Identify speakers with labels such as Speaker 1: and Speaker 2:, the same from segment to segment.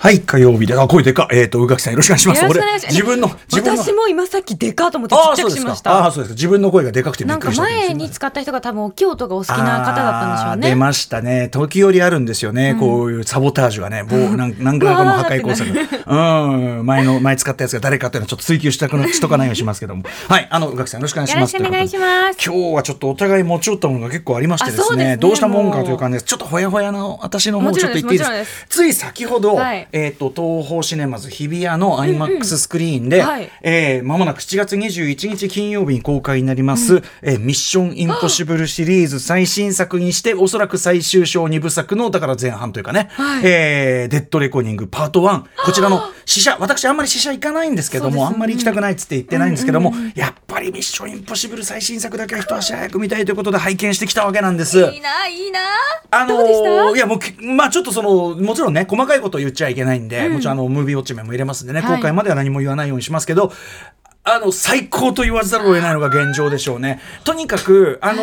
Speaker 1: はい、火曜日で、あ、声でかっ、えっ、と、宇垣さんよろしくお願いします。
Speaker 2: よろしく
Speaker 1: 俺
Speaker 2: お願いします
Speaker 1: 自分の、自分の。
Speaker 2: 私も今さっきでかと思ってち
Speaker 1: あ
Speaker 2: っ
Speaker 1: あ、
Speaker 2: ちゃ
Speaker 1: そう
Speaker 2: く
Speaker 1: で
Speaker 2: し
Speaker 1: す
Speaker 2: ま
Speaker 1: か
Speaker 2: し。
Speaker 1: ああ、
Speaker 2: た。
Speaker 1: そうですか。自分の声がでかくてび
Speaker 2: な
Speaker 1: っ
Speaker 2: ん
Speaker 1: く
Speaker 2: か
Speaker 1: りした。
Speaker 2: 前に使った人が多分お京都がお好きな方だったんでしょうね。
Speaker 1: あー出ましたね。時折あるんですよね。こういうサボタージュがね、棒、なんなんかこの破壊工作。 うん、前の、前使ったやつが誰かっていうのはちょっと追求したくな、しとかないようにしますけども。はい、あの、宇垣さんよろしくお願いします。
Speaker 2: よろしくお願いします
Speaker 1: ということで今日はちょっとお互い持ち寄ったものが結構ありましてで
Speaker 2: あそ
Speaker 1: す
Speaker 2: うです
Speaker 1: ね。
Speaker 2: ね
Speaker 1: どうしたもんかという感じです。ちょっとほやほやの私の方を
Speaker 2: もち
Speaker 1: ちょ
Speaker 2: ろ
Speaker 1: っ
Speaker 2: ん
Speaker 1: と言ってい
Speaker 2: です
Speaker 1: いです
Speaker 2: もちろんです
Speaker 1: つい先ほど、
Speaker 2: はい
Speaker 1: えっ、と、東宝シネマズ日比谷の IMAX スクリーンで、
Speaker 2: はい
Speaker 1: えーまもなく7月21日金曜日に公開になります、えーミッションインポッシブルシリーズ最新作にして、おそらく最終章2部作の、だから前半というかね、えーデッドレコーニングパート1、こちらの試写、私あんまり試写行かないんですけども、あんまり行きたくないっつって言ってないんですけども、やっぱりミッションインポッシブル最新作だけは一足早く見たいということで拝見してきたわけなんです。
Speaker 2: いいな、いいな。
Speaker 1: あのー
Speaker 2: どうでした
Speaker 1: いやもうけまあちょっとそのもちろんね細かいことを言っちゃいけないんで、もちろんあのムービーウォッチメンも入れますんでね、
Speaker 2: はい
Speaker 1: 公開までは何も言わないようにしますけど。あの最高と言わざるを得ないのが現状でしょうね。とにかく、あの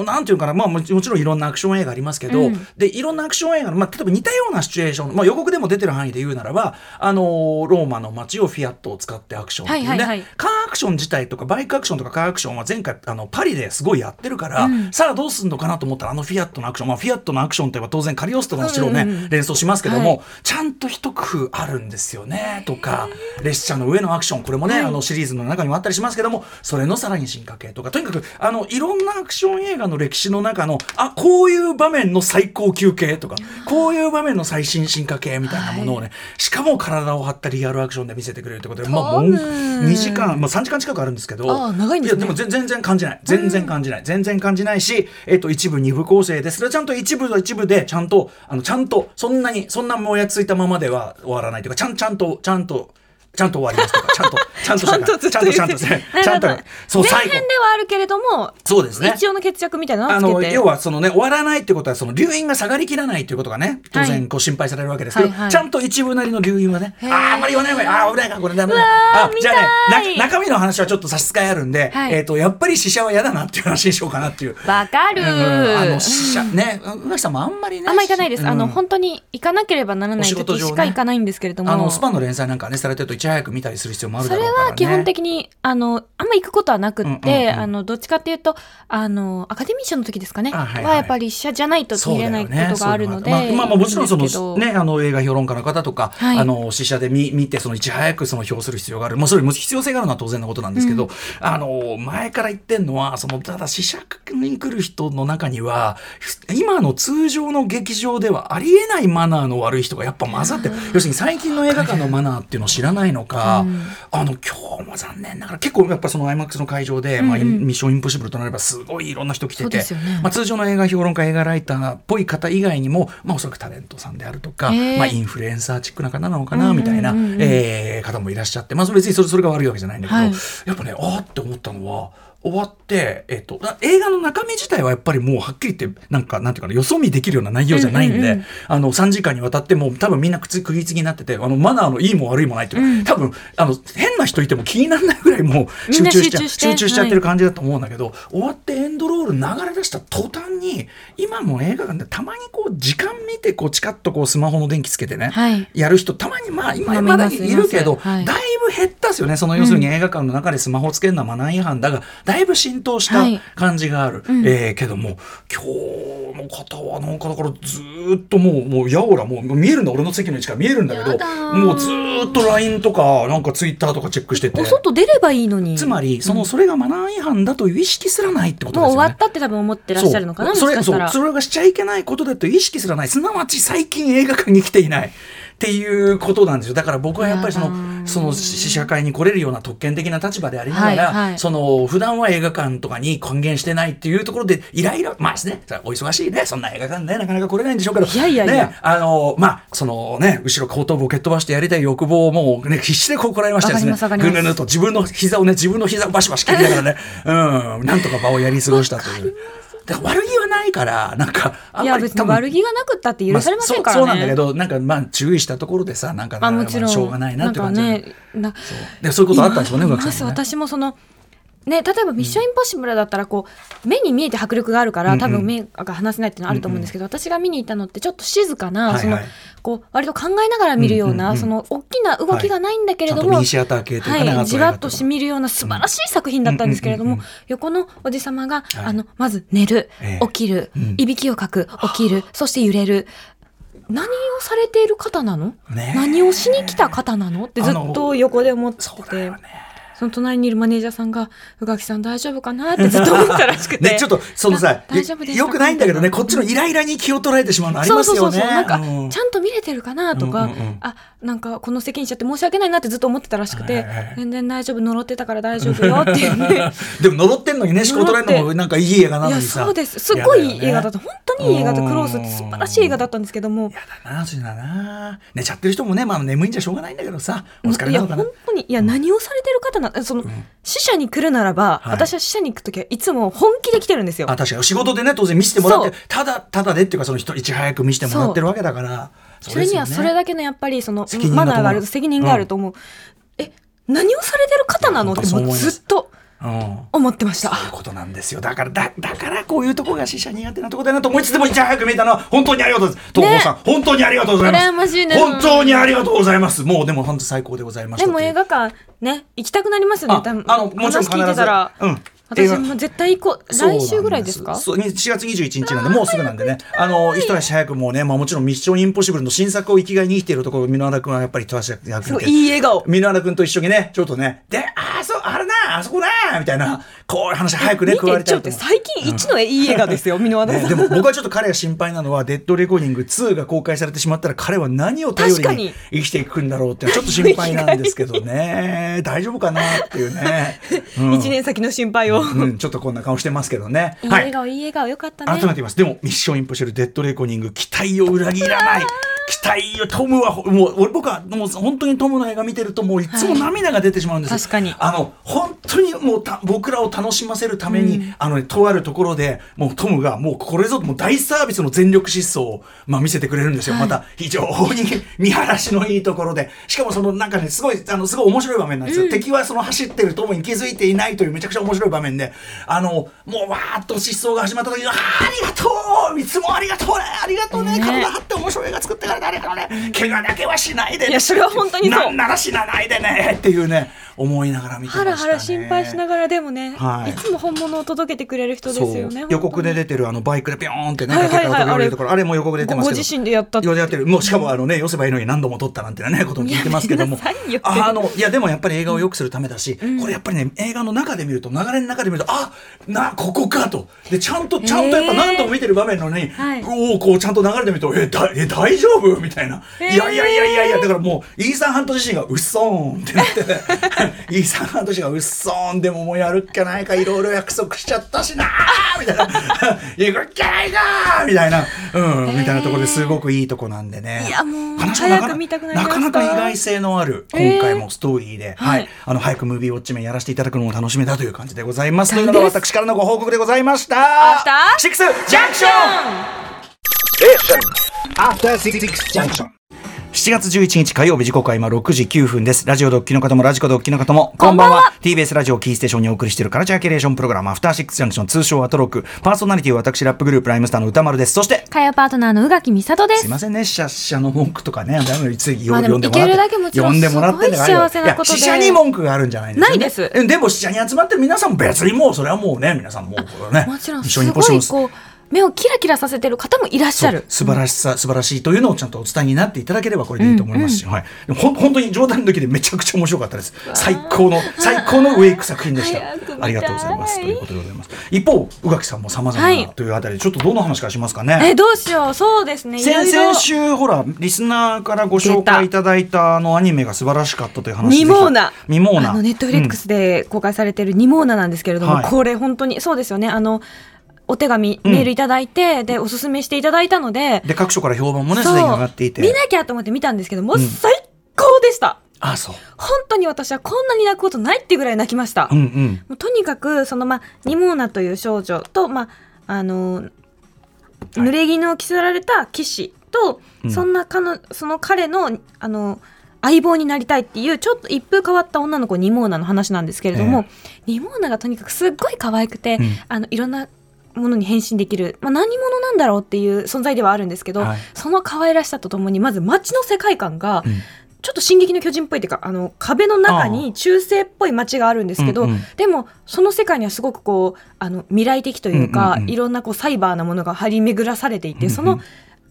Speaker 1: ーなんていうのかな、まあもちもちろんいろんなアクション映画ありますけど、で、いろんなアクション映画の、まあ、例えば似たようなシチュエーション、まあ、予告でも出てる範囲で言うならば、あのーローマの街をフィアットを使ってアクションっていうね、
Speaker 2: はいはいはい
Speaker 1: カーアクション自体とかバイクアクションとかカーアクションは前回あのパリですごいやってるから、さあどうすんのかなと思ったらあのフィアットのアクション、まあ、フィアットのアクションといえば当然カリオストロの城をね、連想しますけども、
Speaker 2: は
Speaker 1: ちゃんと一工夫あるんですよねとか列車の上のアクションこれもね、あのシリーズの中にもあったりしますけどもそれのさらに進化系とかとにかくあのいろんなアクション映画の歴史の中のあこういう場面の最高級系とかこういう場面の最新進化系みたいなものをね、しかも体を張ったリアルアクションで見せてくれるってことで、まあ、もう
Speaker 2: トム
Speaker 1: 2時間まあ、3時間近くあるんですけど
Speaker 2: あー長いんですね
Speaker 1: やでも全全然感じない全然感じない、全然感じないし、えっと、一部二部構成でそれはちゃんと一部と一部でちゃんとあのちゃんとそんなにそんなもやついたままでは終わらないというかちゃんちゃんとちゃんとちゃんと終わりますとかちゃんとちゃんとしたから
Speaker 2: ず
Speaker 1: ちゃ
Speaker 2: っと
Speaker 1: んと
Speaker 2: 言
Speaker 1: ちゃん
Speaker 2: って
Speaker 1: とね
Speaker 2: なる
Speaker 1: ちゃ
Speaker 2: ほ
Speaker 1: んと
Speaker 2: ど
Speaker 1: そ
Speaker 2: 前
Speaker 1: う最
Speaker 2: 編
Speaker 1: 後
Speaker 2: ではあるけれども、
Speaker 1: そうですね
Speaker 2: 一応の決着みたいな
Speaker 1: あ
Speaker 2: のを
Speaker 1: の
Speaker 2: つけて。
Speaker 1: 要はそのね終わらないってことはその留飲が下がりきらないということがね当
Speaker 2: は
Speaker 1: 然
Speaker 2: い
Speaker 1: こう心配されるわけですけど、
Speaker 2: はいはい
Speaker 1: ちゃんと一部なりの留飲はねあ
Speaker 2: ー
Speaker 1: ーあんまり言わない方がいいあー危ないからこれダメだ
Speaker 2: うわー
Speaker 1: あ
Speaker 2: 見
Speaker 1: じ
Speaker 2: た
Speaker 1: ゃ
Speaker 2: い
Speaker 1: あねな中身の話はちょっと差し支えあるんで、
Speaker 2: はい
Speaker 1: えっ、とやっぱり死者は嫌だなっていう話にしようかなっていう。
Speaker 2: わかる。
Speaker 1: うんあの死者ね宇垣さんもあんまりね
Speaker 2: あんま行かないです。あの、
Speaker 1: うん
Speaker 2: 本当に行かなければなら
Speaker 1: お
Speaker 2: ない
Speaker 1: 仕事
Speaker 2: 時
Speaker 1: 上ね
Speaker 2: しか行かないんですけれども。
Speaker 1: あのスパンの連載なんかねされてるといち早く見たりする必要もある
Speaker 2: そ
Speaker 1: だ
Speaker 2: れ
Speaker 1: ろうから、ね、
Speaker 2: は基本的に、あの、あんま行くことはなくって、
Speaker 1: うんうんうん
Speaker 2: あの、どっちかっていうと、あの、アカデミー賞の時ですかね、
Speaker 1: あはいはい
Speaker 2: やっぱり試写じゃないと見れないことがあるの
Speaker 1: そうだ
Speaker 2: で、
Speaker 1: よねそういうのがあってまあ、まあ、もちろんそ
Speaker 2: ですけ
Speaker 1: の、
Speaker 2: ど
Speaker 1: ね、あの映画評論家の方とか、
Speaker 2: はい
Speaker 1: あの試写で見見てそのいち早くその評する必要がある、まあ、それも必要性があるのは当然のことなんですけど、あの前から言ってんのはそのただ試写に来る人の中には今の通常の劇場ではありえないマナーの悪い人がやっぱ混ざってる要するに最近の映画館のマナーっていうのを知らないのか、あの今日も残念ながら結構やっぱその IMAX の会場で、まあ、ミッションインポッシブルとなればすごいいろんな人来て
Speaker 2: そう
Speaker 1: て、
Speaker 2: ですよね
Speaker 1: まあ、通常の映画評論家映画ライターっぽい方以外にも、まあ、おそらくタレントさんであるとか、
Speaker 2: へー
Speaker 1: まあ、インフルエンサーチックな方なのかなみたいな、えー方もいらっしゃって、まあ、それ別にそれそれが悪いわけじゃないんだけど、
Speaker 2: はい
Speaker 1: やっぱねあーって思ったのは終わって、えっとな映画の中身自体はやっぱりもうはっきり言ってなんかなんていうかなよそ見できるような内容じゃないんで、
Speaker 2: うんうんうん
Speaker 1: あの3時間にわたってもう多分みんな口釘付きになっててあのマナーのいいも悪いもないっていうか、多分あの変な人いても気にならないぐらいもう集
Speaker 2: みん
Speaker 1: 中
Speaker 2: な
Speaker 1: しちゃ
Speaker 2: 集中して
Speaker 1: 集中しちゃって
Speaker 2: は
Speaker 1: る
Speaker 2: い
Speaker 1: 感じだと思うんだけど、終わってエンドロール流れ出した途端に今も映画館でたまにこう時間見てこうチカッとこうスマホの電気つけてね、
Speaker 2: はい
Speaker 1: やる人たまにまあ今
Speaker 2: まあ
Speaker 1: まだ
Speaker 2: います
Speaker 1: いるけど、
Speaker 2: いますはい
Speaker 1: だいぶ減ったですよねその要するに映画館の中でスマホつけるのはマナー違反だがだいぶ浸透した
Speaker 2: はい
Speaker 1: 感じがある、
Speaker 2: うん
Speaker 1: えーけども今日の方はなんかだからずーっともうもうやおらもうもう見えるの俺の席の位置から見えるんだけど
Speaker 2: やだー
Speaker 1: もうずーっと LINE とかなんか Twitter とかチェックしてて
Speaker 2: お。外出ればいいのに。
Speaker 1: つまりそのそれがマナー違反だという意識すらないってこと
Speaker 2: もう
Speaker 1: です
Speaker 2: 終
Speaker 1: よ
Speaker 2: わ
Speaker 1: ね。
Speaker 2: ったって多分思ってらっしゃるのかな、もし
Speaker 1: そう
Speaker 2: かしたら。
Speaker 1: それそうそれがしちゃいけないことだという意識すらないすなわち最近映画館に来ていないっていうことなんですよだから僕はやっぱりそ
Speaker 2: やだ
Speaker 1: の
Speaker 2: ー
Speaker 1: その試写会に来れるような特権的な立場でありながら、
Speaker 2: はいはい
Speaker 1: その普段は映画館とかに還元してないっていうところでイライラまあですねお忙しいねそんな映画館ねなかなか来れないんでしょうけど
Speaker 2: いやいやいや
Speaker 1: ね、あのまあそのね後ろ後頭部を蹴っ飛ばしてやりたい欲望をもう、ね、必死でこうこらえましたですね
Speaker 2: わかりますわかり
Speaker 1: ぐ
Speaker 2: ます
Speaker 1: ぬぬと自分の膝をね自分の膝をバシバシ蹴りな がらね、うん、なんとか場をやり過ごしたという。だから悪気はないからなんかあん
Speaker 2: い
Speaker 1: ま
Speaker 2: や、
Speaker 1: り
Speaker 2: 別に悪気がなくったって許されませんからね。
Speaker 1: まあそうそうなんだけどなんかまあ注意したところでさなんか
Speaker 2: まあもちろん。
Speaker 1: しょうがないなって感じ
Speaker 2: な
Speaker 1: で,、
Speaker 2: んかね、な
Speaker 1: でそういうことあったんでしょうね
Speaker 2: い
Speaker 1: 宇
Speaker 2: ま
Speaker 1: 垣
Speaker 2: す
Speaker 1: さんもね
Speaker 2: 私もそのね、例えば「ミッションインポッシブル」だったらこう目に見えて迫力があるか
Speaker 1: うんう
Speaker 2: ら
Speaker 1: ん
Speaker 2: 多分目が話せないっていうのはあると思うんですけど、私が見に行ったのってちょっと静かな、
Speaker 1: はい
Speaker 2: その
Speaker 1: はい
Speaker 2: こう割と考えながら見るような、
Speaker 1: うんうんうん
Speaker 2: その大きな動きがないんだけ
Speaker 1: ち
Speaker 2: れ
Speaker 1: ゃん
Speaker 2: ど
Speaker 1: と
Speaker 2: も、
Speaker 1: ミ
Speaker 2: は
Speaker 1: ニシアター系というかね、
Speaker 2: い、じわっとし
Speaker 1: み
Speaker 2: みるような素晴らしい作品だったんですけれども、
Speaker 1: うんうんうん
Speaker 2: 横のおじさまが、
Speaker 1: はい
Speaker 2: あのまず寝る
Speaker 1: ええ
Speaker 2: 起きる、
Speaker 1: うん
Speaker 2: いびきをかく起きるそして揺れる何をされている方なの、
Speaker 1: ねえ
Speaker 2: 何をしに来た方なのってずっと横で思って
Speaker 1: そうだ
Speaker 2: て。
Speaker 1: よね。
Speaker 2: その隣にいるマネージャーさんが、宇垣さん大丈夫かなってずっと思ってたらしくて。
Speaker 1: ね、ちょっと、そのさ
Speaker 2: あ、大丈夫でした
Speaker 1: よくないんだけどね、こっちのイライラに気を取られてしまうのあり
Speaker 2: そう
Speaker 1: ます
Speaker 2: そうそ
Speaker 1: よ
Speaker 2: う
Speaker 1: ね。
Speaker 2: そう、なんか、
Speaker 1: うん
Speaker 2: ちゃんと見れてるかなとか、
Speaker 1: うんうんうん
Speaker 2: あ、なんか、この責任者って申し訳ないなってずっと思ってたらしくて、
Speaker 1: はいはいはい
Speaker 2: 全然大丈夫、呪ってたから大丈夫よって いうね。
Speaker 1: でも呪ってんのにね、思考取られるのもなんかいい映画ないの
Speaker 2: や、
Speaker 1: にさ。
Speaker 2: そうです。すっごいいい映画だ
Speaker 1: っ
Speaker 2: った。本当にいい映画だった。クロースって素晴らしい映画だったんですけども。
Speaker 1: やだな、そういうのだな。寝ちゃってる人もね、まあ眠いんじゃしょうがないんだけどさ、お疲れ
Speaker 2: い
Speaker 1: な
Speaker 2: や
Speaker 1: のかな
Speaker 2: 本。当にいや何をされてる方なその、死者に来るならば、
Speaker 1: はい
Speaker 2: 私は死者に行く時はいつも本気で来てるんですよ
Speaker 1: あ、確かに仕事でね、当然見せてもらって
Speaker 2: そ、
Speaker 1: ただ、ただでっていうか、その人、いち早く見せてもらってるわけだから。
Speaker 2: それにはそれ
Speaker 1: だ
Speaker 2: だけのやっぱりその
Speaker 1: 責任が
Speaker 2: マナーがあ
Speaker 1: 伴う
Speaker 2: る責任があると思う、え何をされてる方なのって
Speaker 1: いや本当
Speaker 2: もう
Speaker 1: そう思います
Speaker 2: ずっと
Speaker 1: うん。
Speaker 2: 思ってました
Speaker 1: そういうことなんですよ。だから、だ、だからこういうとこが死者苦手なとこだなと思いつつでも、いち早く見えたのは、本当にありがとうございます。東郷さん、本当にありがとうございます。
Speaker 2: 羨ましいね
Speaker 1: 本当にありがとうございます。もう、でも、本当最高でございまし
Speaker 2: で
Speaker 1: た。
Speaker 2: も映画館ね行きたくなりますよね
Speaker 1: あ
Speaker 2: 多分
Speaker 1: あのもちろん必ず
Speaker 2: 話聞いてたら、
Speaker 1: うん映画
Speaker 2: 私も絶対行こう来週ぐらいですか
Speaker 1: そうなんですそう4月21日なんでもうすぐなんでねあの一足早くもうね、まあ、もちろん「ミッションインポッシブル」の新作を生きがいに生きているところ箕輪君はやっぱり一足早く
Speaker 2: すごいいい笑顔
Speaker 1: 箕輪君と一緒にねちょっとねであそうあれなあそこなみたいなこういう話早くね
Speaker 2: 見
Speaker 1: 加わり
Speaker 2: てち
Speaker 1: た
Speaker 2: ょ
Speaker 1: い
Speaker 2: っ
Speaker 1: と
Speaker 2: と
Speaker 1: 思う。
Speaker 2: 最近一のいい映画ですよ箕輪田
Speaker 1: ね、
Speaker 2: さ
Speaker 1: で
Speaker 2: ん
Speaker 1: も僕はちょっと彼が心配なのは「デッドレコーディング2」が公開されてしまったら彼は何を頼
Speaker 2: 確
Speaker 1: り
Speaker 2: か
Speaker 1: に
Speaker 2: に
Speaker 1: 生きていくんだろうってちょっと心配なんですけど ね大丈夫かなっていうね、うん
Speaker 2: 一年先の心配を、
Speaker 1: うん、ちょっとこんな顔してますけどね。
Speaker 2: いい
Speaker 1: は
Speaker 2: 笑
Speaker 1: い。
Speaker 2: 顔、い、い笑顔よかった
Speaker 1: 改めて
Speaker 2: ね
Speaker 1: 言います。でも、ミッションインポッシブル、デッドレコニング、期待を裏切らない。期待を、トムは、もう、俺、僕は、もう、本当にトムの映画見てると、もう、いつも涙が出てしまうんですよ、
Speaker 2: 確かに
Speaker 1: あの、本当にもうた、僕らを楽しませるために、あの、とあるところで、もう、トムが、もう、これぞ、もう、大サービスの全力疾走を、まあ、見せてくれるんですよ。また、非常に見晴らしのいいところで、しかも、その、なんかね、すごい、あの、すごい面白い場面なんですよ。敵は、その、走ってるトムに気づいていないという、めちゃくちゃ面白い場面で、あの、もう、わーっと疾走が始まった時に、あーありがとういつもありがとうねありがとうね
Speaker 2: ね
Speaker 1: 体張って面白い映画作ってからねありがとうね怪我だけはしないでね
Speaker 2: いやそれは本当にそう
Speaker 1: なんなら死なないでねっていうね思いながら見てました
Speaker 2: ハ
Speaker 1: ね
Speaker 2: ラハラ心配しながらでもね、
Speaker 1: はい
Speaker 2: い、つも本物を届けてくれる人ですよね
Speaker 1: そう
Speaker 2: 本当に
Speaker 1: 予告で出てるあのバイクでピョーンってね
Speaker 2: はい
Speaker 1: 崖
Speaker 2: は
Speaker 1: から飛
Speaker 2: いはい
Speaker 1: び降りるところあれも予告で出てますけど
Speaker 2: ご自身でやったって
Speaker 1: やってるもうしかもあのね寄せばいいのに何度も撮ったなんてねことも聞いてますけども
Speaker 2: やめなさいよ
Speaker 1: あのいやでもやっぱり映画を良くするためだしこれやっぱりね映画の中で見ると流れの中で見るとあなここかとでちゃんとちゃんとやっぱ何度も見てる場面なのに
Speaker 2: はい
Speaker 1: おおこうちゃんと流れてみるとえだえ大丈夫みたいな
Speaker 2: へー
Speaker 1: いやいやいやいやいやだからもうイーサンハント自身がうっそーんってなってねイーサンハント自身がうっそーんでももうやるっきゃないかいろいろ約束しちゃったしなーみたいな行くっきゃないかーみたいなうんみたいなところですごくいいとこなんでね
Speaker 2: いやもう
Speaker 1: 話もなか
Speaker 2: 早く見たくなりま
Speaker 1: な
Speaker 2: した
Speaker 1: かなか意外性のある今回もストーリーでは
Speaker 2: はい
Speaker 1: いあの早くムービーウォッチメンやらせていただくのも楽しみだという感じでございますというのが
Speaker 2: です
Speaker 1: 私からのご報告でございました
Speaker 2: アフター
Speaker 1: シックスジャンクション After Six Junction 7月11日火曜日時刻は今6時9分です。ラジオドッキの方もラジコドッキの方も、こんばんは。TBS ラジオキーステーションにお送りしているカルチャーキュレーションプログラム、アフターシックスジャンクション、通称アトロック。パーソナリティは私、ラップグループ、ライムスターの歌丸です。そして、
Speaker 2: 火曜パートナーの宇垣美里です
Speaker 1: い
Speaker 2: す
Speaker 1: ませんね、死者死者の文句とかね、ダメよついよ
Speaker 2: まあで
Speaker 1: 読ん
Speaker 2: も
Speaker 1: でもらって。
Speaker 2: いけるだけもちろん
Speaker 1: 読んでもらってんだから
Speaker 2: すごい幸せなことで
Speaker 1: いや死者に文句があるんじゃないんですよね
Speaker 2: ないです
Speaker 1: えでも死者に集まってる皆さんも別にもう、それはもうね、皆さんもうこれね。
Speaker 2: もちろん
Speaker 1: 一
Speaker 2: す
Speaker 1: 緒にポ
Speaker 2: ご
Speaker 1: ジ
Speaker 2: い
Speaker 1: ション
Speaker 2: こう目をキラキラさせてる方もいらっしゃる。
Speaker 1: 素晴らしさ、素晴らしいというのをちゃんとお伝えになっていただければこれでいいと思いますし、はい、でもほん本当に冗談抜きでめちゃくちゃ面白かったです最高の最高のウェイク作品でした
Speaker 2: 早く見たい
Speaker 1: ありがとうございますということでございます一方宇垣さんも様々
Speaker 2: はい
Speaker 1: なというあたりでちょっとどの話からしますかね、
Speaker 2: えどうしようそうですね。いろ
Speaker 1: 先
Speaker 2: いろ
Speaker 1: 々週ほらリスナーからご紹
Speaker 2: 出た
Speaker 1: 介いただいたあのアニメが素晴らしかったという話
Speaker 2: ニモーナ
Speaker 1: ぜひニモー
Speaker 2: あ
Speaker 1: ナ
Speaker 2: のネットフリックスで公開されてるニモーナなんですけれども、
Speaker 1: はい
Speaker 2: これ本当にそうですよねあのお手紙
Speaker 1: うん
Speaker 2: メールいただいて、でおすすめしていただいたので
Speaker 1: うん、で各所から評判もねす
Speaker 2: そう
Speaker 1: でに上がっていて
Speaker 2: 見なきゃと思って見たんですけども、
Speaker 1: ん
Speaker 2: 最高でした。
Speaker 1: あそう
Speaker 2: 本当に私はこんなに泣くことないっていうぐらい泣きました。
Speaker 1: うんうん
Speaker 2: もうとにかくそのまあニモーナという少女とまああの濡れ衣を着せられた騎士と、
Speaker 1: うん
Speaker 2: そんな彼のその彼のあの相棒になりたいっていうちょっと一風変わった女の子ニモーナの話なんですけれども、ニモーナがとにかくすっごい可愛くて、
Speaker 1: うん
Speaker 2: あのいろんなものに変身できる、まあ、何者なんだろうっていう存在ではあるんですけど、
Speaker 1: はい
Speaker 2: その可愛らしさとともにまず街の世界観が、
Speaker 1: うん
Speaker 2: ちょっと「進撃の巨人」っぽいっていうかあの壁の中に中世っぽい街があるんですけど、
Speaker 1: うんうん
Speaker 2: でもその世界にはすごくこうあの未来的という
Speaker 1: う
Speaker 2: か、
Speaker 1: んうんうん
Speaker 2: いろんなこうサイバーなものが張り巡らされていて、
Speaker 1: うんうん
Speaker 2: その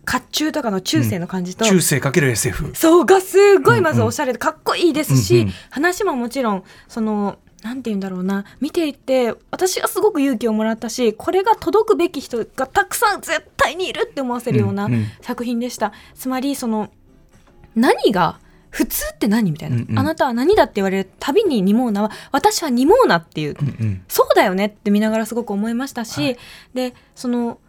Speaker 2: 甲冑とかの中世の感じと、
Speaker 1: 中世かける SF。
Speaker 2: そうがすごいまずおしゃれでかっこいいですし、
Speaker 1: うんうん
Speaker 2: 話ももちろんそのなんて言うんだろうな見ていて私はすごく勇気をもらったしこれが届くべき人がたくさん絶対にいるって思わせるような
Speaker 1: うんうん
Speaker 2: 作品でした、つまりその何が普通って何みたいな、
Speaker 1: うんうん
Speaker 2: あなたは何だって言われるたびにニモーナは私はニモーナっていう
Speaker 1: うんうん
Speaker 2: そうだよねって見ながらすごく思いましたし、
Speaker 1: は
Speaker 2: でその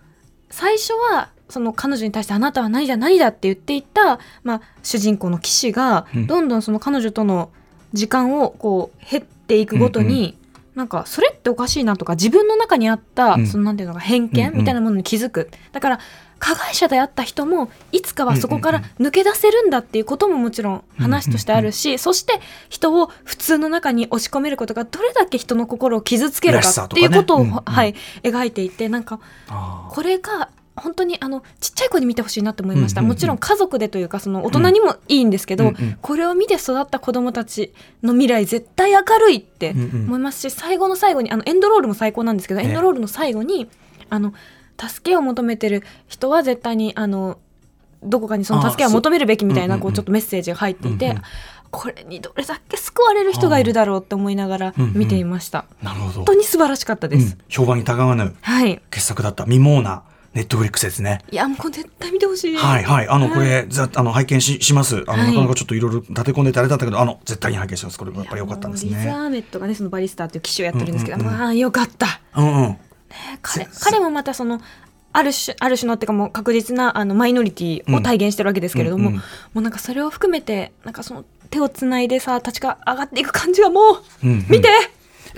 Speaker 2: 最初はその彼女に対して「あなたは何だ何だ」って言っていた、まあ、主人公の騎士が
Speaker 1: うん
Speaker 2: どんどんその彼女との時間をこう減っていくごとに、なんかそれっておかしいなとか自分の中にあった、
Speaker 1: うん
Speaker 2: そのなんていうのか偏
Speaker 1: う
Speaker 2: 見
Speaker 1: んうん
Speaker 2: みたいなものに気づく、だから加害者であった人もいつかはそこから抜け出せるんだっていうことももちろん話としてあるし、そして人を普通の中に押し込めることがどれだけ人の心を傷つけるかっていうことを、
Speaker 1: らしさとかねうん
Speaker 2: はい、描いていてなんか
Speaker 1: あ
Speaker 2: これが本当にあのちっちゃい子に見てほしいなと思いました、
Speaker 1: うんうんうん
Speaker 2: もちろん家族でというかその大人にもいいんですけど、
Speaker 1: うんうん
Speaker 2: これを見て育った子どもたちの未来絶対明るいって
Speaker 1: うんうん
Speaker 2: 思いますし、最後の最後にあのエンドロールも最高なんですけど、
Speaker 1: ええ
Speaker 2: エンドロールの最後にあの助けを求めてる人は絶対にあのどこかにその助け
Speaker 1: あ
Speaker 2: を
Speaker 1: そう
Speaker 2: 求めるべきみたい
Speaker 1: うんう
Speaker 2: なん
Speaker 1: うん
Speaker 2: こうちょっとメッセージが入っていて、
Speaker 1: うんうん
Speaker 2: これにどれだけ救われる人がいるだろうって思いながら見ていました。
Speaker 1: あなるほど
Speaker 2: 本当に素晴らしかったです、
Speaker 1: うん評判にたがわぬ
Speaker 2: はい
Speaker 1: 傑作だった未毛なネットフリックスですね
Speaker 2: いやもうこれ絶対見てほしい、
Speaker 1: はいはい。あの、
Speaker 2: はい
Speaker 1: これ、ざあの、拝見しします。あの、
Speaker 2: はい
Speaker 1: なかなかちょっといろいろ立て込んでいただいたんだけど、あの、絶対に拝見します。これもやっぱり良かったんです
Speaker 2: いやもうリズ・
Speaker 1: ね。
Speaker 2: アーメットがねそのバリスタという騎手をやってるんですけど、
Speaker 1: うんうんうん
Speaker 2: まあよかった
Speaker 1: うんうん。
Speaker 2: 彼
Speaker 1: せ
Speaker 2: 彼もまたそのある種ある種のっていうかもう確実なあのマイノリティを体現してるわけですけれど
Speaker 1: うん
Speaker 2: も、
Speaker 1: うんうん
Speaker 2: もうなんかそれを含めてなんかその手をつないでさ立ちが上がっていく感じがもう、
Speaker 1: うんうん
Speaker 2: 見て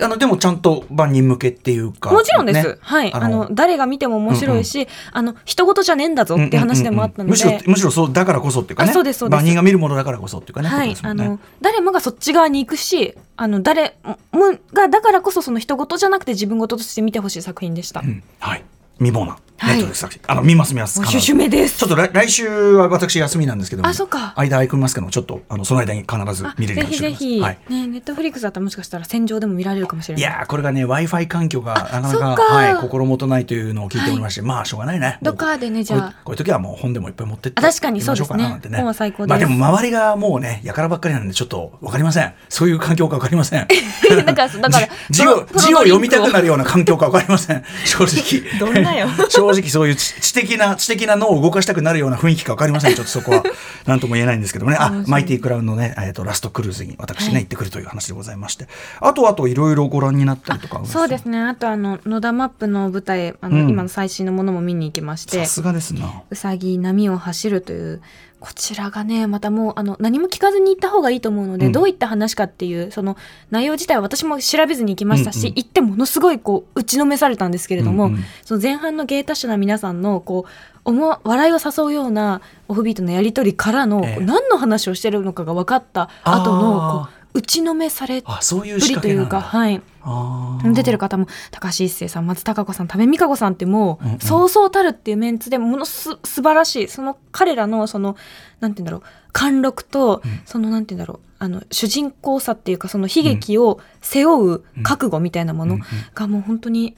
Speaker 1: あの、でもちゃんと万人向けっていうか。
Speaker 2: もちろんです、
Speaker 1: ね
Speaker 2: はいあの誰が見ても面白いし、あの人事じゃねえんだぞ
Speaker 1: うんうんうんうん
Speaker 2: っていう話でもあったので、
Speaker 1: むしろ、むしろそう、だからこそっていうかね。
Speaker 2: あそうですそうです
Speaker 1: 万人が見るものだからこそっていうかね。
Speaker 2: は
Speaker 1: こと
Speaker 2: い
Speaker 1: で、すも
Speaker 2: あ
Speaker 1: んね
Speaker 2: の誰もがそっち側に行くしあの誰もがだからこそその人事じゃなくて自分事として見てほしい作品でした、
Speaker 1: うんはい。未亡な。ネ
Speaker 2: は
Speaker 1: ッ
Speaker 2: い
Speaker 1: トフリックス作品。あの、見ます見ます。
Speaker 2: もう
Speaker 1: 必ず
Speaker 2: シュメです
Speaker 1: ちょっと来来週は私休みなんですけども
Speaker 2: あそうか
Speaker 1: 間空いてますけどもちょっとあのその間に必ず
Speaker 2: あ
Speaker 1: 見れる
Speaker 2: ぜ
Speaker 1: ように
Speaker 2: ひ
Speaker 1: してお
Speaker 2: ぜ
Speaker 1: きます
Speaker 2: ひ、
Speaker 1: はい
Speaker 2: ね、ネットフリックスだったらもしかしたら戦場でも見られるかもしれない
Speaker 1: いやーこれがね w i f i 環境がなかな
Speaker 2: そっ
Speaker 1: か
Speaker 2: か
Speaker 1: はい、心もとないというのを聞いておりまして、まあしょうがないね
Speaker 2: どっかでねじ
Speaker 1: こう
Speaker 2: ゃ
Speaker 1: いう
Speaker 2: あ
Speaker 1: こういう時はもう本でもいっぱい持ってって
Speaker 2: あ確かに
Speaker 1: 見ましょかな
Speaker 2: そうですね本は最高です
Speaker 1: まあでも周りがもうねやからばっかりなんでちょっとわかりませんそういう環境かわかりま せん
Speaker 2: だから だから
Speaker 1: 字字
Speaker 2: そ
Speaker 1: を
Speaker 2: の
Speaker 1: 字を読みたくな
Speaker 2: プ
Speaker 1: るような環境かわかりませ ん正直
Speaker 2: どんなよ
Speaker 1: 正直そういう知知的な知的な脳を動かしたくなるような雰囲気かわかりませんちょっとそこはなんとも言えないんですけどもねあマイティクラウンのねえっ、とラストクルーズに私ね、
Speaker 2: はい
Speaker 1: 行ってくるという話でございましてあとあといろいろご覧になったりとか
Speaker 2: ロそうですねあとあの野田マップの舞台あの、
Speaker 1: うん
Speaker 2: 今の最新のものも見に行きまし
Speaker 1: さ
Speaker 2: て
Speaker 1: すがですな。
Speaker 2: うさぎ波を走るというこちらがねまたもうあの何も聞かずに行った方がいいと思うので、
Speaker 1: うん
Speaker 2: どういった話かっていうその内容自体は私も調べずに行きましたし、
Speaker 1: うんうん
Speaker 2: 行ってものすごいこう打ちのめされたんですけれども、
Speaker 1: うんうん
Speaker 2: その前半の芸達者な皆さんのこう思わ笑いを誘うようなオフビートのやり取りからの、
Speaker 1: ええ
Speaker 2: こう何の話をしてるのかが分かった後の
Speaker 1: あ
Speaker 2: こう打ちのめされっぷ
Speaker 1: あそういう仕
Speaker 2: り
Speaker 1: 掛
Speaker 2: と
Speaker 1: け
Speaker 2: い
Speaker 1: な
Speaker 2: うんか、
Speaker 1: だ
Speaker 2: はい、
Speaker 1: あー
Speaker 2: 出てる方も高橋一生さん松たか子さん多部未華子さんっても
Speaker 1: うんうん
Speaker 2: うそうそうたるっていうメンツでものす素晴らしいその彼らのそのなんて言うんだろう貫禄と
Speaker 1: うん
Speaker 2: そのなんて言うんだろうあの主人公さっていうかその悲劇を背負う覚悟みたいなも
Speaker 1: う
Speaker 2: の
Speaker 1: んうん
Speaker 2: がもう本当に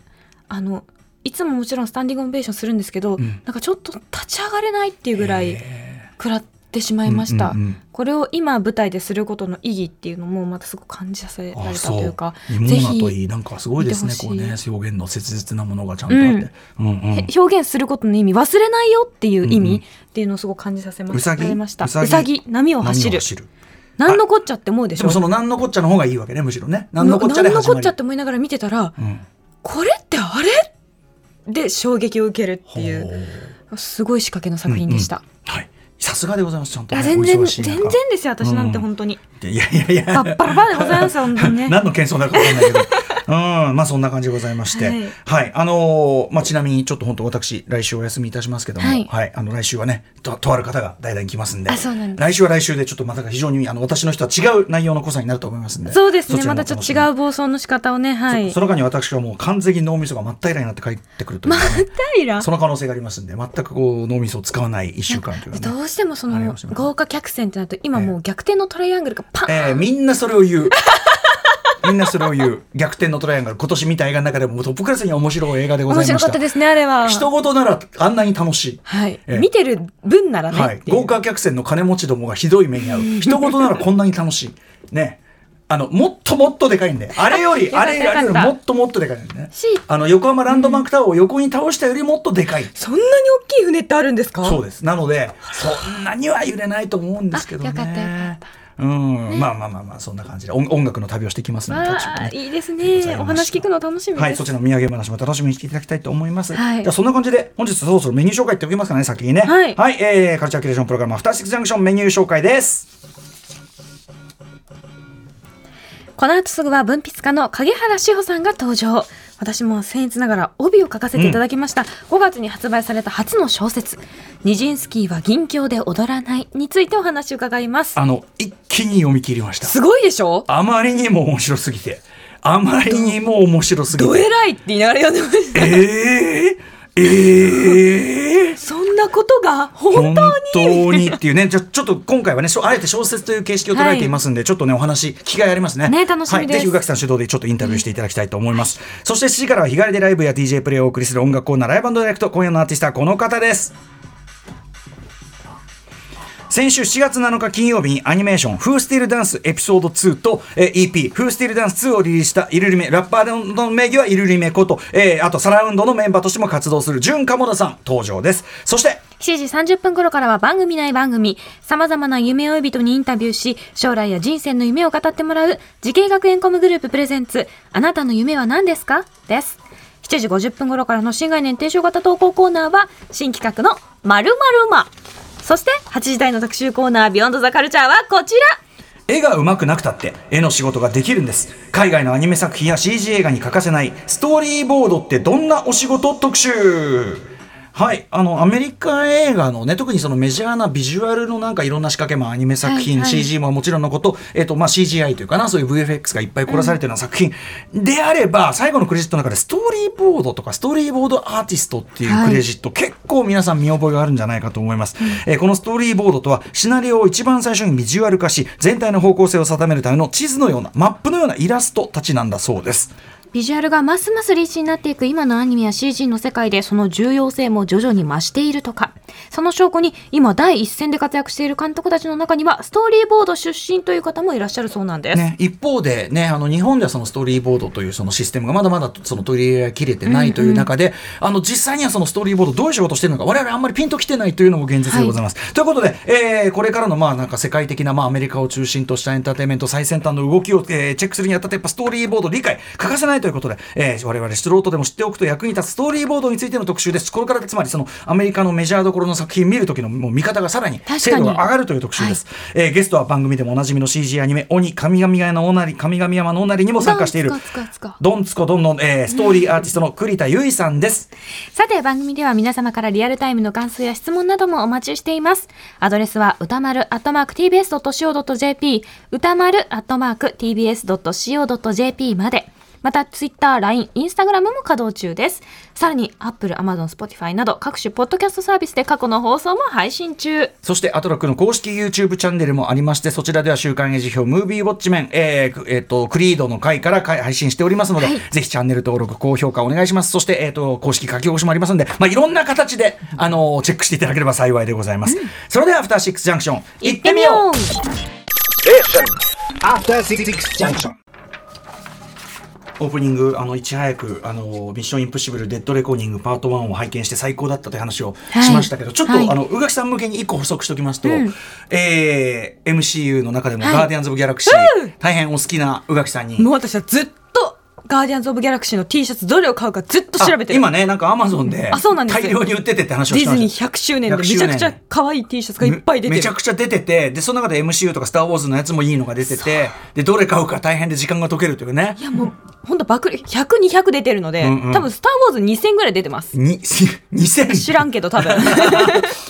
Speaker 2: あのいつももちろんスタンディングオベーションするんですけど
Speaker 1: ん
Speaker 2: なんかちょっと立ち上がれないっていうぐらい
Speaker 1: へ
Speaker 2: 食らってしまいました
Speaker 1: うんうんうん。
Speaker 2: これを今舞台ですることの意義っていうのもまたすごく感じさせられたというか
Speaker 1: ーあそう
Speaker 2: ぜ
Speaker 1: 芋
Speaker 2: ひ
Speaker 1: だといいなんかすごいですね
Speaker 2: 見て
Speaker 1: こ
Speaker 2: ほ
Speaker 1: う
Speaker 2: しい
Speaker 1: ね表現の切実なものがちゃんとあって、うんうん
Speaker 2: へ表現することの意味忘れないよってい
Speaker 1: う
Speaker 2: う意
Speaker 1: んうん
Speaker 2: 味っていうのをすごく感じさせま
Speaker 1: うさ
Speaker 2: さ
Speaker 1: ぎ
Speaker 2: れました
Speaker 1: うさぎ
Speaker 2: うさぎ波を走
Speaker 1: 波
Speaker 2: る
Speaker 1: を走る
Speaker 2: 何のこっちゃって思うで
Speaker 1: で
Speaker 2: しょ
Speaker 1: もその何のこっちゃの方がいいわけねむしろね何
Speaker 2: な
Speaker 1: のこっちゃで
Speaker 2: 何の
Speaker 1: 始
Speaker 2: こ
Speaker 1: ま
Speaker 2: っ
Speaker 1: り
Speaker 2: ちゃって思いながら見てたら
Speaker 1: うん
Speaker 2: これってあれで衝撃を受けるってい
Speaker 1: ほ
Speaker 2: う
Speaker 1: う
Speaker 2: すごい仕掛けの作品でした、
Speaker 1: はいさすがでございますちゃんと
Speaker 2: い
Speaker 1: ね、
Speaker 2: や全然
Speaker 1: お忙しい
Speaker 2: 全
Speaker 1: 中
Speaker 2: 然ですよ私なんて本当に、
Speaker 1: いやいやいや
Speaker 2: バッバラバラでございますよ本当にね
Speaker 1: 何の謙遜だか分かんないけどうん、まあそんな感じでございまして、は
Speaker 2: はいい、
Speaker 1: あのーまあちなみにちょっと本当私来週お休みいたしますけども、は、
Speaker 2: はいい
Speaker 1: あの来週はねととある方が代々に来ますんで、
Speaker 2: あそうなんです
Speaker 1: 来週は来週でちょっとまた非常にあの私の人は違う内容の濃さになると思いますんで、
Speaker 2: そうです
Speaker 1: そ
Speaker 2: ね。
Speaker 1: ちら
Speaker 2: ま
Speaker 1: もお
Speaker 2: た
Speaker 1: 楽し
Speaker 2: ち
Speaker 1: み
Speaker 2: ょっ
Speaker 1: に
Speaker 2: と違う暴走の仕方をね、はい。
Speaker 1: その間に私はもう完全に脳みそが真っ平らになって帰ってくるという、
Speaker 2: ま
Speaker 1: ね、
Speaker 2: 平
Speaker 1: その可能性がありますんで全くこう脳みそを使わない1週間というかね
Speaker 2: どうしてもそ
Speaker 1: ありがと
Speaker 2: の
Speaker 1: うございます
Speaker 2: 豪華客船ってなると今もう逆転のトライアングルがパン、
Speaker 1: えーみんなそれを言う。 みんなそれを言う。逆転のトライアングル、今年見た映画の中でもトップクラスに面白い映画でござ
Speaker 2: 面
Speaker 1: いま
Speaker 2: 白
Speaker 1: し
Speaker 2: か
Speaker 1: た。
Speaker 2: ったですねあれは。
Speaker 1: 人事ならあんなに楽しい。
Speaker 2: はい、
Speaker 1: ええ
Speaker 2: 見てる分ならね、
Speaker 1: はい
Speaker 2: っ、ていう
Speaker 1: 豪華客船の金持ちどもがひどい目に遭う人事ならこんなに楽しいねあのもっともっとでかいんであれより
Speaker 2: よ
Speaker 1: あ
Speaker 2: かった
Speaker 1: れよりあれより
Speaker 2: よかった
Speaker 1: もっともっとでかいんでね
Speaker 2: し
Speaker 1: あの横浜ランドマークタワーを横に倒したよりもっとでかい
Speaker 2: そんなに大きい船ってあるんですか
Speaker 1: そうですなのでそんなには揺れないと思うんですけどね
Speaker 2: あよかったよかっ
Speaker 1: うん、まあまあまあまあそんな感じで音音楽の旅をしてきますので
Speaker 2: わ
Speaker 1: 私も
Speaker 2: あ
Speaker 1: ね
Speaker 2: いいです
Speaker 1: でございまし
Speaker 2: ね
Speaker 1: た
Speaker 2: お話聞くの楽しみです、
Speaker 1: はい、そちらの土産話も楽しみにしていただきたいと思います。
Speaker 2: はい
Speaker 1: じゃあそんな感じで、本日そろそろメニュー紹介っておきますかね、先にね。
Speaker 2: はい
Speaker 1: えーカルチャーキュレーションプログラム、アフターシックスジャンクションメニュー紹介です。
Speaker 2: この後すぐは文筆家の影原志保さんが登場私も僭越ながら帯を書かせていただきました、5月に発売された初の小説「ニジンスキーは銀鏡で踊らない」についてお話を伺います
Speaker 1: あの、一気に読み切りました。
Speaker 2: すごいでしょ
Speaker 1: あまりにも面白すぎて、あまりにも面白すぎ
Speaker 2: ど
Speaker 1: て
Speaker 2: え。らいって言いながら読んでまし
Speaker 1: え
Speaker 2: た
Speaker 1: ー、えー、
Speaker 2: そんなことが
Speaker 1: 本
Speaker 2: 本当
Speaker 1: 当にっていうね、じゃあちょっと今回はね、しょあえて小説という形式を捉えていますんで、ちょっとね、お話、機会ありますね。
Speaker 2: ね楽しみです
Speaker 1: はい、ぜひ、宇垣さん主導でちょっとインタビューしていただきたいと思います。そして7時からは日帰りでライブや DJ プレイをお送りする音楽コーナー、ライブディレクト、今夜のアーティストはこの方です。先週7月7日金曜日にアニメーション「フースティールダンスエピソード2と」えー EP「フースティールダンス2」をリリースしたイルリメラッパーの名義はイルリメこと、えーあとサラウンドのメンバーとしても活動するジュンカモダさん登場ですそして
Speaker 2: 7時30分頃からは番組内番組、様々な夢追い人にインタビューし、将来や人生の夢を語ってもらう、時系学園コムグループプレゼンツ、あなたの夢は何ですかです。7時50分頃からの新概念提唱型投稿コーナーは、新企画の〇〇ま。そして、8時台の特集コーナー、ビヨンドザカルチャーはこちら
Speaker 1: 絵が上手くなくたって絵の仕事ができるんです海外のアニメ作品や CG 映画に欠かせないストーリーボードってどんなお仕事特集はい、あのアメリカ映画のね特にそのメジャーなビジュアルのなんかいろんな仕掛けもアニメ作品、
Speaker 2: はいはい
Speaker 1: CG ももちろんのこと、えっとまあ、CGI というかなそういう VFX がいっぱい凝らされてるような作品、であれば最後のクレジットの中でストーリーボードとかストーリーボードアーティストっていうクレジット
Speaker 2: はい
Speaker 1: ジット結構皆さん見覚えがあるんじゃないかと思います、えーこのストーリーボードとはシナリオを一番最初にビジュアル化し全体の方向性を定めるための地図のようなマップのようなイラストたちなんだそうです
Speaker 2: ビジュアルがますますリッチになっていく今のアニメや CG の世界でその重要性も徐々に増しているとかその証拠に今第一線で活躍している監督たちの中にはストーリーボード出身という方もいらっしゃるそうなんです、
Speaker 1: ね、一方で、ね、あの日本ではそのストーリーボードというそのシステムがまだまだその取り入れきれてないという中で、あの実際にはそのストーリーボードどういう仕事をしてるのか我々あんまりピンときてないというのも現実でございます。ということで、えーこれからのまあなんか世界的なまあアメリカを中心としたエンターテインメント最先端の動きを、えーチェックするにあたってやっぱストーリーボード理解欠かせないということで、えー我々素人でも知っておくと役に立つストーリーボードについての特集です。これからつまりそのアメリカのメジャーどころの作品見る時のもう見方がさらに
Speaker 2: かに
Speaker 1: 精度が上がるという特集です。えーゲストは番組でもおなじみの CG アニメ「鬼神々山のおなり神々山のおなり」にも参加している
Speaker 2: どんつこつこつこ
Speaker 1: どんつこどんの、えーストーリーアーティストの栗田結衣さんです。
Speaker 2: さて番組では皆様からリアルタイムの感想や質問などもお待ちしていますアドレスは歌丸 @tbs.co.jp 歌丸 @tbs.co.jp までまた Twitter、LINE、Instagram も稼働中ですさらに Apple、Amazon、Spotify など各種ポッドキャストサービスで過去の放送も配信中
Speaker 1: そしてアトロックの公式 YouTube チャンネルもありましてそちらでは週刊映辞表ムービーウォッチメン、えーくえーとクリードの回から回配信しておりますので、ぜひチャンネル登録高評価お願いしますそして、えー、と公式書き起こしもありますので、まあ、いろんな形で、あのーチェックしていただければ幸いでございます、それでは「アフターシックスジャンクション」行ってみよう
Speaker 3: After Six Junction.
Speaker 1: オープニングあのいち早くあの「ミッションインプッシブルデッドレコーニングパート1」を拝見して最高だったという話を
Speaker 2: はい
Speaker 1: しましたけど、ちょっと、
Speaker 2: はい
Speaker 1: あの宇垣さん向けに一個補足しておきますと、
Speaker 2: うん
Speaker 1: えー MCU の中でも「
Speaker 2: はい
Speaker 1: ガーディアンズ・オブ・ギャラクシー」大変お好きな宇垣さんに。
Speaker 2: う私はずっとガーディアンズ・オブ・ギャラクシーの T シャツどれを買うかずっと
Speaker 1: あ今ねなんかアマゾンで
Speaker 2: あそうなんですよ
Speaker 1: 大量に売っててって話を
Speaker 2: デ
Speaker 1: して
Speaker 2: ィ
Speaker 1: ま
Speaker 2: ズニ
Speaker 1: した
Speaker 2: ー100周年でめ
Speaker 1: 100周
Speaker 2: ち
Speaker 1: 年
Speaker 2: ゃくちゃ可愛い T シャツがいっぱい出て
Speaker 1: め
Speaker 2: る
Speaker 1: ちゃくちゃ出ててでその中で MCU とか「スター・ウォーズ」のやつもいいのが出ててでどれ買うか大変で時間が解けるというね
Speaker 2: いやもう本当ばくり100200出てるので、
Speaker 1: うんうん
Speaker 2: 多分「スター・ウォーズ」2000ぐらい出てます
Speaker 1: に 2000
Speaker 2: 知らんけど多分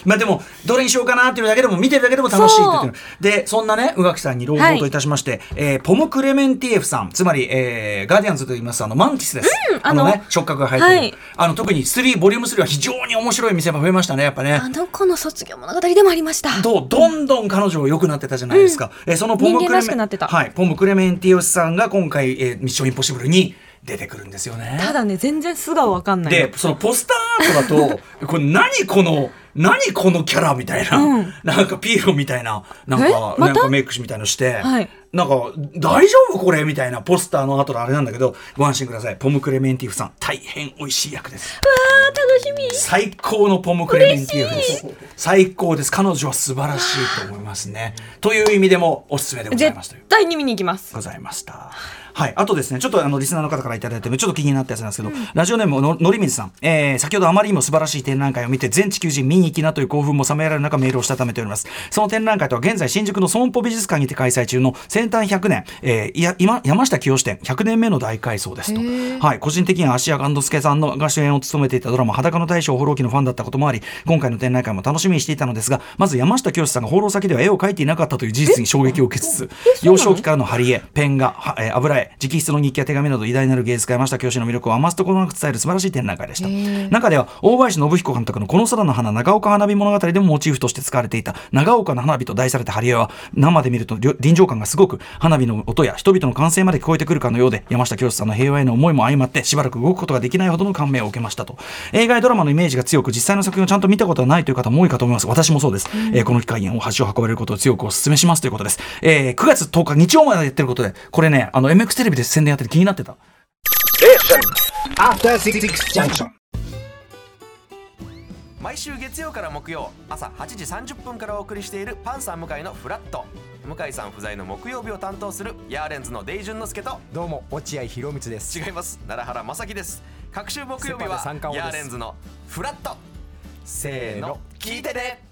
Speaker 1: まあでもどれにしようかなっていうだけでも見てるだけでも楽しいっていうでそんなね宇垣さんに朗報といたしまして、えーポモ・クレメンティエフさんつまり、えーガーディアンズといいますあのマンティスです、
Speaker 2: あの
Speaker 1: ね触覚が生えてる、
Speaker 2: はい
Speaker 1: あの特に3ボリューム3は非常に面白い見せ場増えましたねやっぱね
Speaker 2: あの子の卒業物語でもありました
Speaker 1: どうどんどん彼女が良くなってたじゃないですか、えーそのポムク
Speaker 2: 人間
Speaker 1: レ
Speaker 2: ら
Speaker 1: メ
Speaker 2: しくなってた
Speaker 1: はい、ポムクレメンティオスさんが今回、えーミッションインポッシブル」に出てくるんですよね
Speaker 2: ただね全然素顔わかんない
Speaker 1: でそのポスターアートだ とこれ何この何このキャラみたいな、
Speaker 2: うん
Speaker 1: なんかピーロみたいななん
Speaker 2: え
Speaker 1: か,、
Speaker 2: また
Speaker 1: なんかメイクみたいのして、
Speaker 2: はい
Speaker 1: なんか大丈夫これみたいなポスターの後のあれなんだけどご安心くださいポムクレメンティーフさん大変美味しい役 です
Speaker 2: あー楽しみ
Speaker 1: 最高のポムクレメンティーフです最高です彼女は素晴らしいと思いますねという意味でもおすすめでございますという
Speaker 2: 絶対に見に行きます
Speaker 1: ございました。はい、あとですね、ちょっとあのリスナーの方からいただいてる、ちょっと気になったやつなんですけど、ラジオネームののりみずさん、えー先ほどあまりにも素晴らしい展覧会を見て、全地球人見に行きなという興奮も冷めやらぬ中、メールをしたためております。その展覧会とは、現在、新宿の損保美術館にて開催中の先端100年、えーいや今山下清展100年目の大改装ですと。はい、個人的には芦屋雁之助さんのが主演を務めていたドラマ、裸の大将、放浪記のファンだったこともあり、今回の展覧会も楽しみにしていたのですが、まず山下清さんが放浪先では絵を描いていなかったという事実に衝撃を受けつつ、幼少期からの貼り絵、ペン画、はえー油絵、直筆の日記や手紙など偉大なる芸術家山下教師の魅力を余すところなく伝える素晴らしい展覧会でした。中では、大林信彦監督のこの空の花、長岡花火物語でもモチーフとして使われていた、長岡の花火と題された貼り絵は、生で見るとりょ臨場感がすごく、花火の音や人々の歓声まで聞こえてくるかのようで、山下教師さんの平和への思いも相まって、しばらく動くことができないほどの感銘を受けましたと。映画やドラマのイメージが強く、実際の作品をちゃんと見たことはないという方も多いかと思います。私もそうです。えーこの機会にお箸を運ばれることを強くお勧めしますということです。えー9月10日日曜までやってることで、これね、あの、MX テレビで宣伝やってて気になってた。
Speaker 3: After Six Junction.
Speaker 4: 毎週月曜から木曜朝8時30分からお送りしているパンサー向井のフラット向井さん不在の木曜日を担当するヤーレンズのデイジュンの之介と
Speaker 5: どうも落合博満です。
Speaker 4: 違います奈良原正樹です各週木曜日
Speaker 5: セパ
Speaker 4: は
Speaker 5: で三冠王
Speaker 4: ヤ
Speaker 5: で
Speaker 4: ー
Speaker 5: す
Speaker 4: レンズのフラットせ
Speaker 5: せ
Speaker 4: ーの聞いてね